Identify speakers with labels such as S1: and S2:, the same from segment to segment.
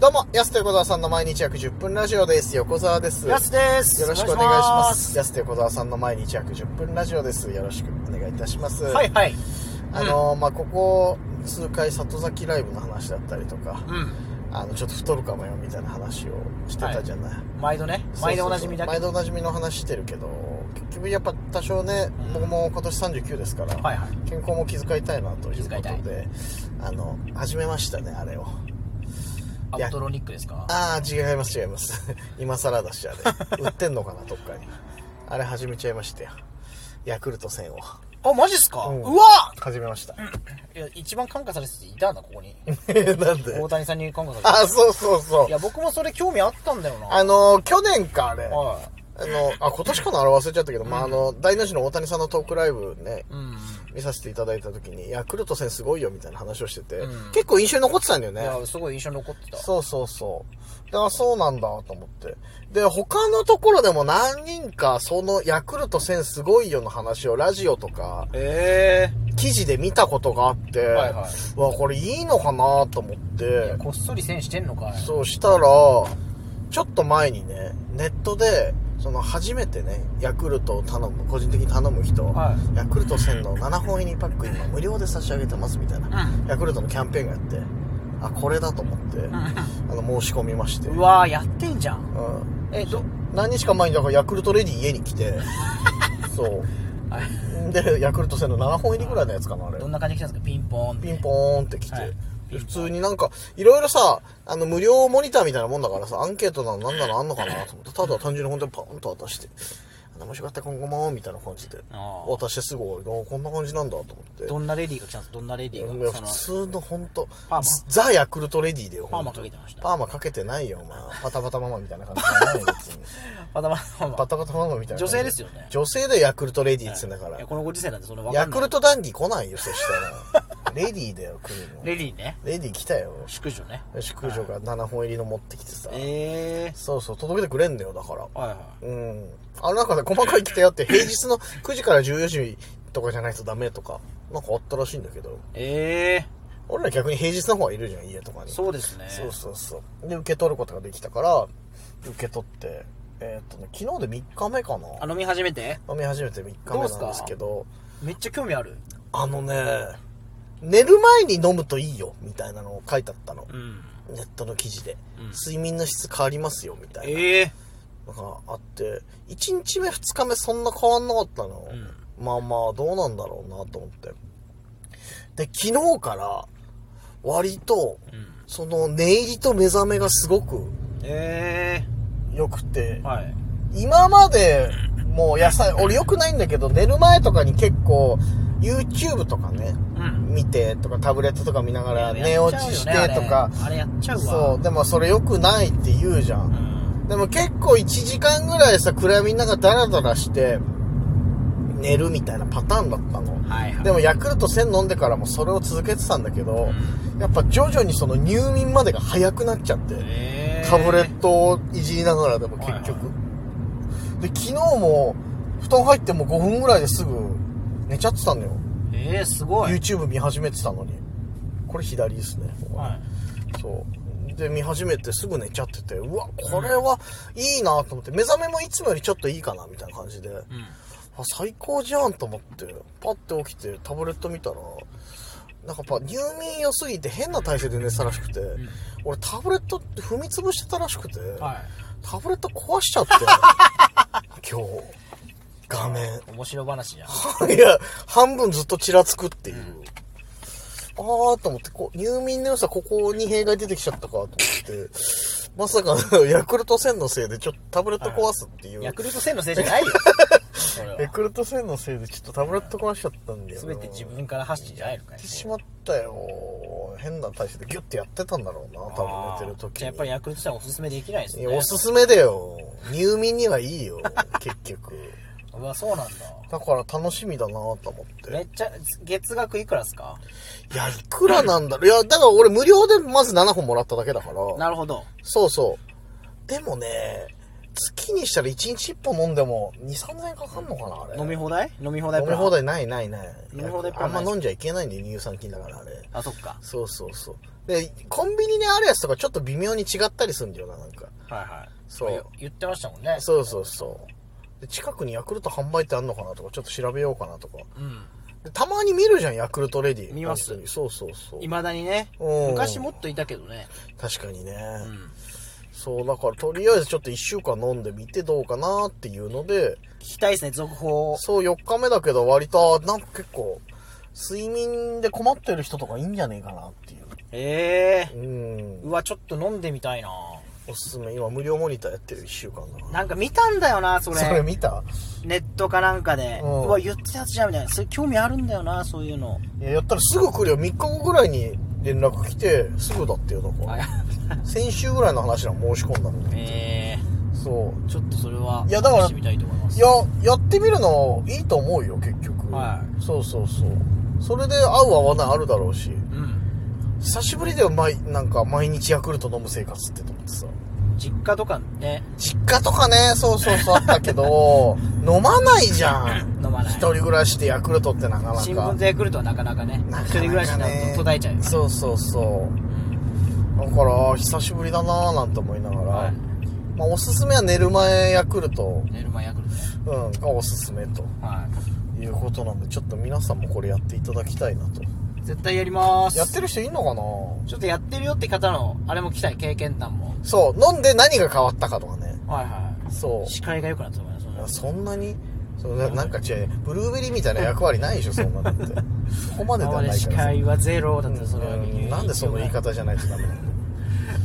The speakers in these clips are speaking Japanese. S1: どうも、安と横澤さんの毎日約10分ラジオです。横澤です。
S2: やすです。
S1: よろしくお願いしま
S2: お願いし
S1: す。安と横澤さんの毎日約10分ラジオです。よろしくお願いいたします。
S2: ます。はい。はい。
S1: あのーまあ、ここ数回里崎ライブの話だったりとか、
S2: うん。
S1: あの、ちょっと太るかもよみたいな話をしてたじゃない。
S2: 毎度ね。毎度おなじみだ
S1: そう
S2: け
S1: そうそう毎度おなじみの話してるけど、結局やっぱ多少ね、僕も今年39ですから、
S2: ど。はいはい。
S1: 健康も気遣いたいなというこ
S2: 気遣
S1: と
S2: いたい
S1: で、あの、始めましたね、あれを。
S2: アウトロニックですか
S1: ああ、違います、違います。 今更だし、あ れ。売ってんのかな、どっかに。あれ始めちゃいましたよ。ヤクルト1000を。
S2: あ、マジっすか
S1: うん
S2: うわ
S1: 始めま した。
S2: いや、一番感化されてていたんだ、こ こに。
S1: なんで
S2: 大谷さんに感化されて
S1: あ、そうそうそ。
S2: いうや、僕もそれ興味あったんだよな。
S1: あの、去年か、あれ。あ
S2: は
S1: の、あ、今年かな、あれ忘れちゃったけど、まあ、あの、大の字の大谷さんのトークライブね
S2: い。、うんうん。
S1: 見させていただいた時に、ヤクルト1000すごいよ、みたいな話をしてて
S2: う、ん
S1: 結構印象に残ってたんだよね。
S2: いや、すごい印象に残ってた。
S1: そうそうそう。だからそうなんだと思って。で、他のところでも何人か、そのヤクルト1000すごいよの話をラジオとか、
S2: え
S1: 記事で見たことがあって、
S2: はいは
S1: うわ、これいいのかなと思って、
S2: えこっそり線してんのかい。
S1: そうしたら、ちょっと前にね、ネットで、その初めてね、ヤクルトを頼む、個人的に頼む人、
S2: は
S1: ヤクルト1000の7本入りパック今無料で差し上げてますみたいな、
S2: う
S1: ヤクルトのキャンペーンがやって、あ、これだと思って、あの、申し込みまして。
S2: うわやってんじゃん。
S1: うん
S2: え、ど、
S1: 何日か前にだからヤクルトレディ家に来 てそう
S2: あ
S1: でヤクルト戦の7本入りぐらいのやつかなあれ
S2: どんな感じで来たんですかピンポーンって。
S1: ピンポーンって来て、
S2: はい
S1: で普通になんかいろいろさあの無料モニターみたいなもんだからさアンケートなのなんなのあんのかなと思ってただ単純に本当にパーンと渡して「あのもしよかったら今後も」みたいな感じで
S2: あー
S1: 渡してすぐ終わりあこんな感じなんだと思って
S2: どんなレディーが来たんですかどんなレディ
S1: い
S2: ー
S1: や
S2: が。
S1: 普通
S2: そ
S1: の本当
S2: パーマ
S1: ザ・ヤクルトレディだよ
S2: の、パー
S1: 本
S2: マか
S1: 当
S2: けてました。
S1: パーマかけてないよお前パタパタママみたいな感じじゃないよ別に
S2: パタパタ
S1: バタバタママみたいな感じ。
S2: 女性ですよね
S1: 女性でヤクルトレディーっつうんだか
S2: いや
S1: ら。
S2: このご時世なんでそれ分か
S1: ヤ
S2: んな
S1: ク
S2: い
S1: ルト談義来ないよ、そした ら。レディーだよ、来るの。
S2: レディーね
S1: レディー来たよ。
S2: 淑女ね
S1: 宿女が7本入りの持ってきてさ。
S2: ええ
S1: そうそう、届けてくれんだよ、だから。
S2: はいはい
S1: うん。あの中で細かい規定あって、平日の9時から14時とかじゃないとダメとか、なんかあったらしいんだけど、
S2: ええ
S1: 俺ら逆に平日の方がいるじゃん、家とかに。
S2: そうですね
S1: そうそうそう。で、受け取ることができたから、受け取って、えーっとね、昨日で3日目かな。
S2: あ飲み始めて
S1: 飲み始めて3日目なんですけど
S2: めっちゃ興味ある
S1: あのね寝る前に飲むといいよみたいなのを書いてあったの
S2: うん
S1: ネットの記事で、
S2: うん
S1: 睡眠の質変わりますよみたいな
S2: ええ
S1: のがあって1日目2日目そんな変わんなかったの、まあまあどうなんだろうなと思ってで昨日から割と
S2: うん
S1: その寝入りと目覚めがすごく
S2: え
S1: 良くて
S2: えはい
S1: 今までもう野菜俺良くないんだけど寝る前とかに結構 YouTube とかね
S2: うん
S1: 見てとかタブレットとか見ながら寝
S2: やっ
S1: 落
S2: ちゃうよ
S1: ち
S2: ね
S1: してとか、
S2: あれあれやっちゃうわ
S1: そうでもそれ良くないって言うじゃ
S2: うんん
S1: でも結構1時間ぐらいさ暗闇の中ダラダラして寝るみたいなパターンだったの
S2: はいはい
S1: でもヤクルト1000飲んでからもそれを続けてたんだけどやっぱ徐々にその入眠までが早くなっちゃって
S2: ええ
S1: タブレットをいじりながらでも結局、で昨日も布団入っても5分ぐらいですぐ寝ちゃってたんだよ
S2: ええすごい
S1: YouTube 見始めてたのにこれ左ですね、
S2: はい
S1: そうで見始めてすぐ寝ちゃっててうわこれはいいなと思って目覚めもいつもよりちょっといいかなみたいな感じで、
S2: うん
S1: あ最高じゃんと思ってパッて起きてタブレット見たらなんかやっぱ入眠良すぎて変な体勢で寝てたらしくて、俺タブレットって踏み潰してたらしくて、
S2: は
S1: タブレット壊しちゃって 今日画面
S2: い面白話じゃん
S1: いや半分ずっとちらつくっていう、あーと思ってこう入眠の良さここに弊害出てきちゃったかと思ってまさかのヤクルト1000のせいでちょっとタブレット壊すっていう、
S2: ヤクルト1000のせいじゃないよそれは
S1: ヤクルト1000のせいでちょっとタブレット壊しちゃったんだよな
S2: 全て自分から発信じゃないのか
S1: や
S2: い
S1: ってしまったよ変な体勢でギュッてやってたんだろうな多分寝てる時
S2: じゃあやっぱりヤクルトさんはおすすめできないです
S1: い
S2: ね
S1: やおすすめだよ入眠にはい いよ結局
S2: うわそうなんだ
S1: だから楽しみだなと思って
S2: めっちゃ月額いくらですか
S1: いやいくらなんだろういやだから俺無料でまず7本もらっただけだから
S2: なるほど
S1: そうそうでもね月にしたら1日1本飲んでも2、3千円かかんのかなあれ。
S2: 飲み
S1: 放
S2: 放題飲み放題
S1: 題飲
S2: プラ
S1: み
S2: ン
S1: 放題ないないない。
S2: 飲み放題プ
S1: あ
S2: ラン
S1: ん
S2: な
S1: ま
S2: い
S1: 飲んじゃいけないんで、乳酸菌だからあれ。
S2: あそっか
S1: そうそうそう。で、コンビニにあるやつとかちょっと微妙に違ったりするんだよな、なんか。
S2: はいはい
S1: そう
S2: 言言ってましたもんね
S1: そうそうそう。で近くにヤクルト販売店あんのかなとか、ちょっと調べようかなとか。
S2: うん
S1: でたまに見るじゃん、ヤクルトレディ。
S2: 見ます
S1: 本当にそうそうそう。
S2: いまだにね
S1: うん
S2: 昔もっといたけどね
S1: 確かにね。
S2: うん
S1: そう、だからとりあえずちょっと1週間飲んでみてどうかなっていうので、
S2: 聞きたいですね続報を
S1: そう、4日目だけど割と、なんか結構、睡眠で困ってる人とかいいんじゃねえかなっていう。
S2: ええ
S1: うん。
S2: うわちょっと飲んでみたいな
S1: おすすめ、今無料モニターやってる1週間だな。
S2: なんか見たんだよなそれ
S1: それ見た
S2: ネットかなんかで
S1: う
S2: うんわ言ってたやつじゃんみたいなそれ興味あるんだよなそういうの
S1: いや、やったらすぐ来るよ。3日後ぐらいに連絡来て、すぐだってよ、だから。先週ぐらいの話なの申し込んだのに。
S2: ええ
S1: そう。
S2: ちょっとそれはい
S1: やだから
S2: 試してみたいと思いま
S1: い
S2: す
S1: や、やってみるのはいいと思うよ、結局。
S2: は
S1: そうそうそう。それで合う合わないあるだろうし。
S2: うん
S1: 久しぶりだよ、毎、なんか毎日ヤクルト飲む生活ってと思ってさ。
S2: 実家とかね
S1: 実家とかね、そうそうそうあったけ ど、飲まないじゃん。
S2: 飲まない
S1: 一人暮らしでヤクルトってなかなか。
S2: 新聞でヤクルトはなかなかね
S1: なかなかね
S2: 一人暮らしになると途絶えちゃうよね
S1: そうそうそう。だから、久しぶりだなぁなんて思いながら。
S2: はい
S1: まあ、おすすめは寝る前ヤクルト、
S2: 寝る前ヤクルトね
S1: うん、がおすすめと
S2: は
S1: いうことなんで、ちょっと皆さんもこれやっていただきたいなと。
S2: い絶対やります
S1: やってる人いんのかなぁ
S2: ちょっとやってるよって方のあれも聞きたい経験談も
S1: そう、飲んで何が変わったかとかね。
S2: はいはい
S1: そう。
S2: 視界が良くなったと思いま
S1: あ
S2: す
S1: そんなにそうななんか違うブルーベリーみたいな役割ないでしょ そんなのってそこまでで
S2: 今
S1: は
S2: ま
S1: な
S2: で
S1: い
S2: 視
S1: から
S2: 界はゼロだったらそれは
S1: うんなんでその言い方じゃないとダメな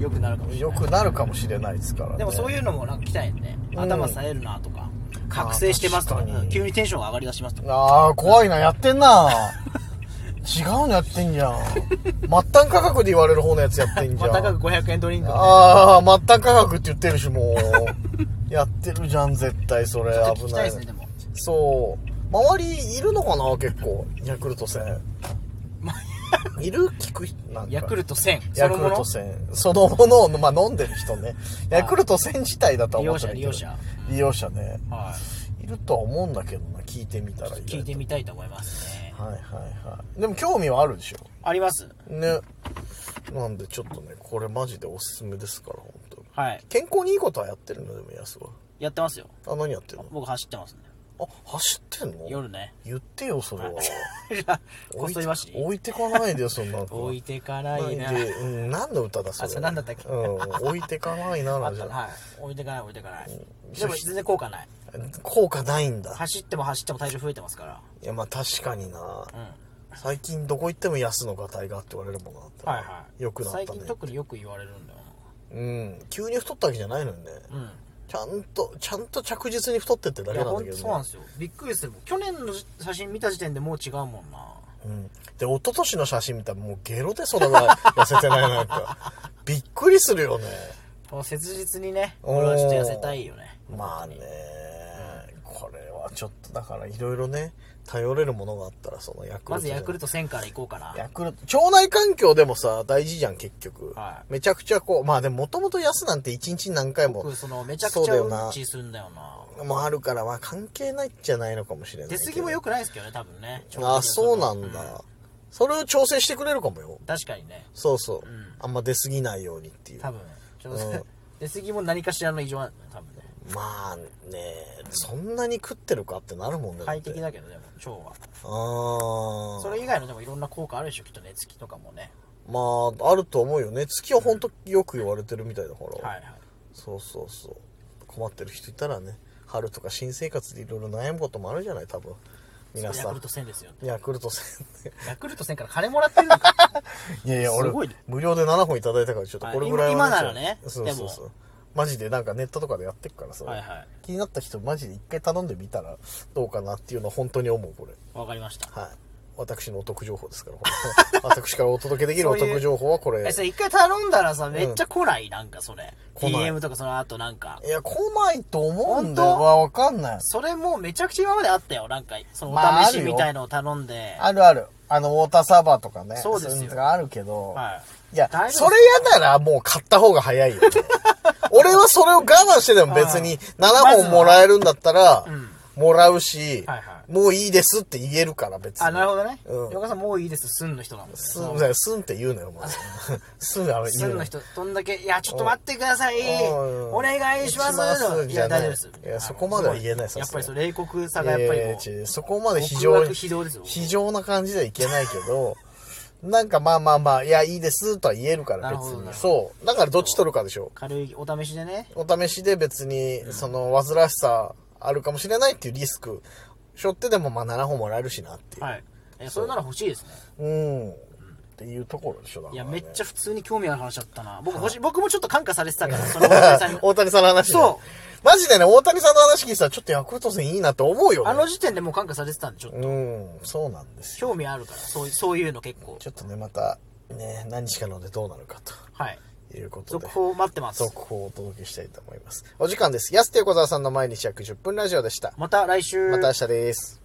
S2: 良くなるかも
S1: の
S2: しれ
S1: よ
S2: ない
S1: くなるかもしれないですから、ね、
S2: でもそういうのもなんか来たいね、
S1: うん
S2: 頭冴えるなとか覚醒してますとか
S1: あー確かに
S2: 急にテンションが上がりだしますとか
S1: ああ怖いなやってんな違うのやってんじゃん末端価格で言われる方のやつやってんじゃ
S2: ま
S1: ん
S2: たかく500円ドリンク
S1: あ
S2: あ
S1: あ末端価格って言ってるしもうやってるじゃん絶対それ
S2: 聞
S1: 危
S2: きたい
S1: な
S2: で
S1: い
S2: すねでも
S1: そう周りいるのかな結構ヤクルト戦
S2: ま
S1: いる聞く人なんか
S2: ヤクルト1000そ
S1: ヤ
S2: の
S1: ク
S2: も
S1: ル
S2: の
S1: ト1000そ のものを、まあ、飲んでる人ね
S2: あ
S1: ヤクルト1000自体だとは
S2: 利
S1: 思っ
S2: 用
S1: てな
S2: 者
S1: い
S2: 利
S1: けど
S2: 用者
S1: 利用者ね
S2: はい
S1: るとは思うんだけどな聞いてみたら
S2: い聞いてみたいと思いますね
S1: はいはいはいでも興味はあるでしょ
S2: あります
S1: ねなんでちょっとねこれマジでおすすめですから本当
S2: はい
S1: 健康にいいことはやってるのでもやすは
S2: やってますよ
S1: あ何やってるの
S2: 僕走ってますね
S1: あ走ってんの
S2: 夜ね
S1: 言ってよそれ は
S2: こっそり走り
S1: 置いてかないでよそんなの
S2: 置いてか
S1: な
S2: な
S1: いで
S2: いな、
S1: うん、何の歌だそれ
S2: あそれ何だったっけ
S1: うん、置いてかない な
S2: あ
S1: な
S2: っ
S1: んじ
S2: た
S1: ゃ
S2: な
S1: な
S2: はい置いてかない置いてかないでも全然効果ない
S1: 効果ないんだ
S2: 走っても走っても体重増えてますから
S1: いやまあ確かにな
S2: うん
S1: 最近どこ行っても安のが体がって言われるもんなって
S2: はいはい
S1: よくなったね
S2: 最近特によく言われるんだよ
S1: うん急に太ったわけじゃないのにね
S2: なうん
S1: ちゃんとちゃんと着実に太ってってだ
S2: い
S1: け
S2: や
S1: なん
S2: ほ
S1: だ
S2: ん
S1: けど、ね、
S2: とそうなんですよびっくりするもん去年の写真見た時点でもう違うもんな
S1: うん、で一昨年の写真見たらもうゲロでそれぐらい痩せてないなん かびっくりするよね
S2: もう切実にね
S1: おー
S2: 俺はちょっと痩せたいよね
S1: まあねこれはちょっとだからいろいろね頼れるものがあったらそのヤクルト
S2: まず
S1: じゃ
S2: ヤ
S1: なく
S2: クルト1000からいこうかな
S1: ヤクルト腸内環境でもさ大事じゃん結局、
S2: はい
S1: めちゃくちゃこうまあでももともと安なんて一日に何回も
S2: 僕そのめちゃ
S1: そう
S2: くち
S1: だ
S2: ゃ
S1: よ
S2: う
S1: なん
S2: ちするんだよな
S1: もあるからまあ関係ないっちゃないのかもしれない
S2: 出過ぎも良くないですけどね多分ね
S1: あそうなんだ、それを調整してくれるかもよ
S2: 確かにね
S1: そうそう、
S2: ん
S1: あんま出過ぎないようにっていう
S2: 多分ちょっと
S1: うん
S2: 出過ぎも何かしらの異常なんだよね多分ね
S1: まあねそんなに食ってるかってなるもんね
S2: 快適
S1: だって
S2: だけどでも腸は
S1: ああ
S2: それ以外のでもいろんな効果あるでしょきっと寝つきとかもね
S1: まああると思うよね月は本当よく言われてるみたいだから、
S2: はいはい
S1: そうそうそう困ってる人いたらね春とか新生活でいろいろ悩むこともあるじゃない多分皆
S2: ヤ
S1: さ
S2: クル
S1: ん
S2: ト1000ですよ
S1: ヤクルト戦で
S2: ヤクルト1000から金もらってる のか
S1: いやいや俺
S2: す ごいね
S1: 無料で7本いただいたからちょっとこれぐらいは、
S2: あ今今ならね
S1: そうそう
S2: で
S1: そうマジでなんかネットとかでやってっからさ、
S2: はいはい
S1: 気になった人マジで一回頼んでみたらどうかなっていうのは本当に思うこれ
S2: わかりました
S1: はい私のお得情報ですからこ れ私からお届けできるお得情報はこれ
S2: えそれ一回頼んだらさめっちゃ来ない、なんかそれ
S1: 来ない
S2: DM とかその後なんか
S1: いや来ないと思うんだ
S2: 本
S1: よ
S2: 当
S1: わわかんない
S2: それもうめちゃくちゃ今まであったよなんかその
S1: まあ
S2: お試
S1: あ
S2: し
S1: るよ
S2: みたいのを頼んで、
S1: あるある。あの、ウォーターサーバーとかね。
S2: そうですよ
S1: いのがあるけど。
S2: はい
S1: や
S2: 大丈夫で、す
S1: それやならもう買った方が早いよ、ね。俺はそれを我慢してでも別に7本もらえるんだったら
S2: うん、
S1: もらうし
S2: はいは、
S1: もういいですって言えるから別に。
S2: あ、なるほどね。
S1: うん
S2: 横川さん、もういいです。すんの人なんです
S1: す。ん、だからすんって言うのよ、もう。 すんあれ
S2: す
S1: 言うんのよ。
S2: の人、どんだけ、いや、ちょっと待ってください。
S1: うん
S2: お願いします。
S1: します
S2: い
S1: じゃ
S2: や、
S1: ない
S2: 大丈夫です。
S1: いやそこまでは言えない
S2: すごやっぱりそ
S1: さす
S2: う、冷酷さ
S1: い
S2: がや
S1: や
S2: っ
S1: い
S2: ぱり
S1: や
S2: も
S1: 違
S2: う、
S1: うそこまで非
S2: 極
S1: 常
S2: 悪
S1: に、
S2: 非道ですよ
S1: 非常な感じではいけないけど、なんかまあまあまあ、いや、いいですとは言えるから別
S2: なるほどな
S1: に。
S2: る
S1: そう。だからどっち取るかでしょ。
S2: 軽いお試しでね。
S1: お試しで別に、その、煩わしさあるかもしれないっていうリスク、背負ってでもまあ7本もらえるしなっていう。
S2: はい。いやそれなら欲しいですね。
S1: うん。っていうところでしょ、だか
S2: い
S1: ら
S2: や、
S1: ね
S2: めっちゃ普通に興味ある話だったな。僕、欲しい僕もちょっと感化されてたから、そのお客さんに
S1: 大谷さんの話ね
S2: そ
S1: マジでね、大谷さんの話聞いてたら、ちょっとヤクルト戦いいなって思うよね。
S2: あの時点でもう感化されてたんで、ちょっと。
S1: うん、そうなんですよ。
S2: 興味あるから、そういう、そういうの結構。
S1: ちょっとね、また、ね、何日かのでどうなるか
S2: はい。
S1: ということで
S2: 続、報待ってます。
S1: 続報をお届けしたいと思います。お時間です。安手横澤さんの毎日約10分ラジオでした。
S2: また来週。
S1: また明日です。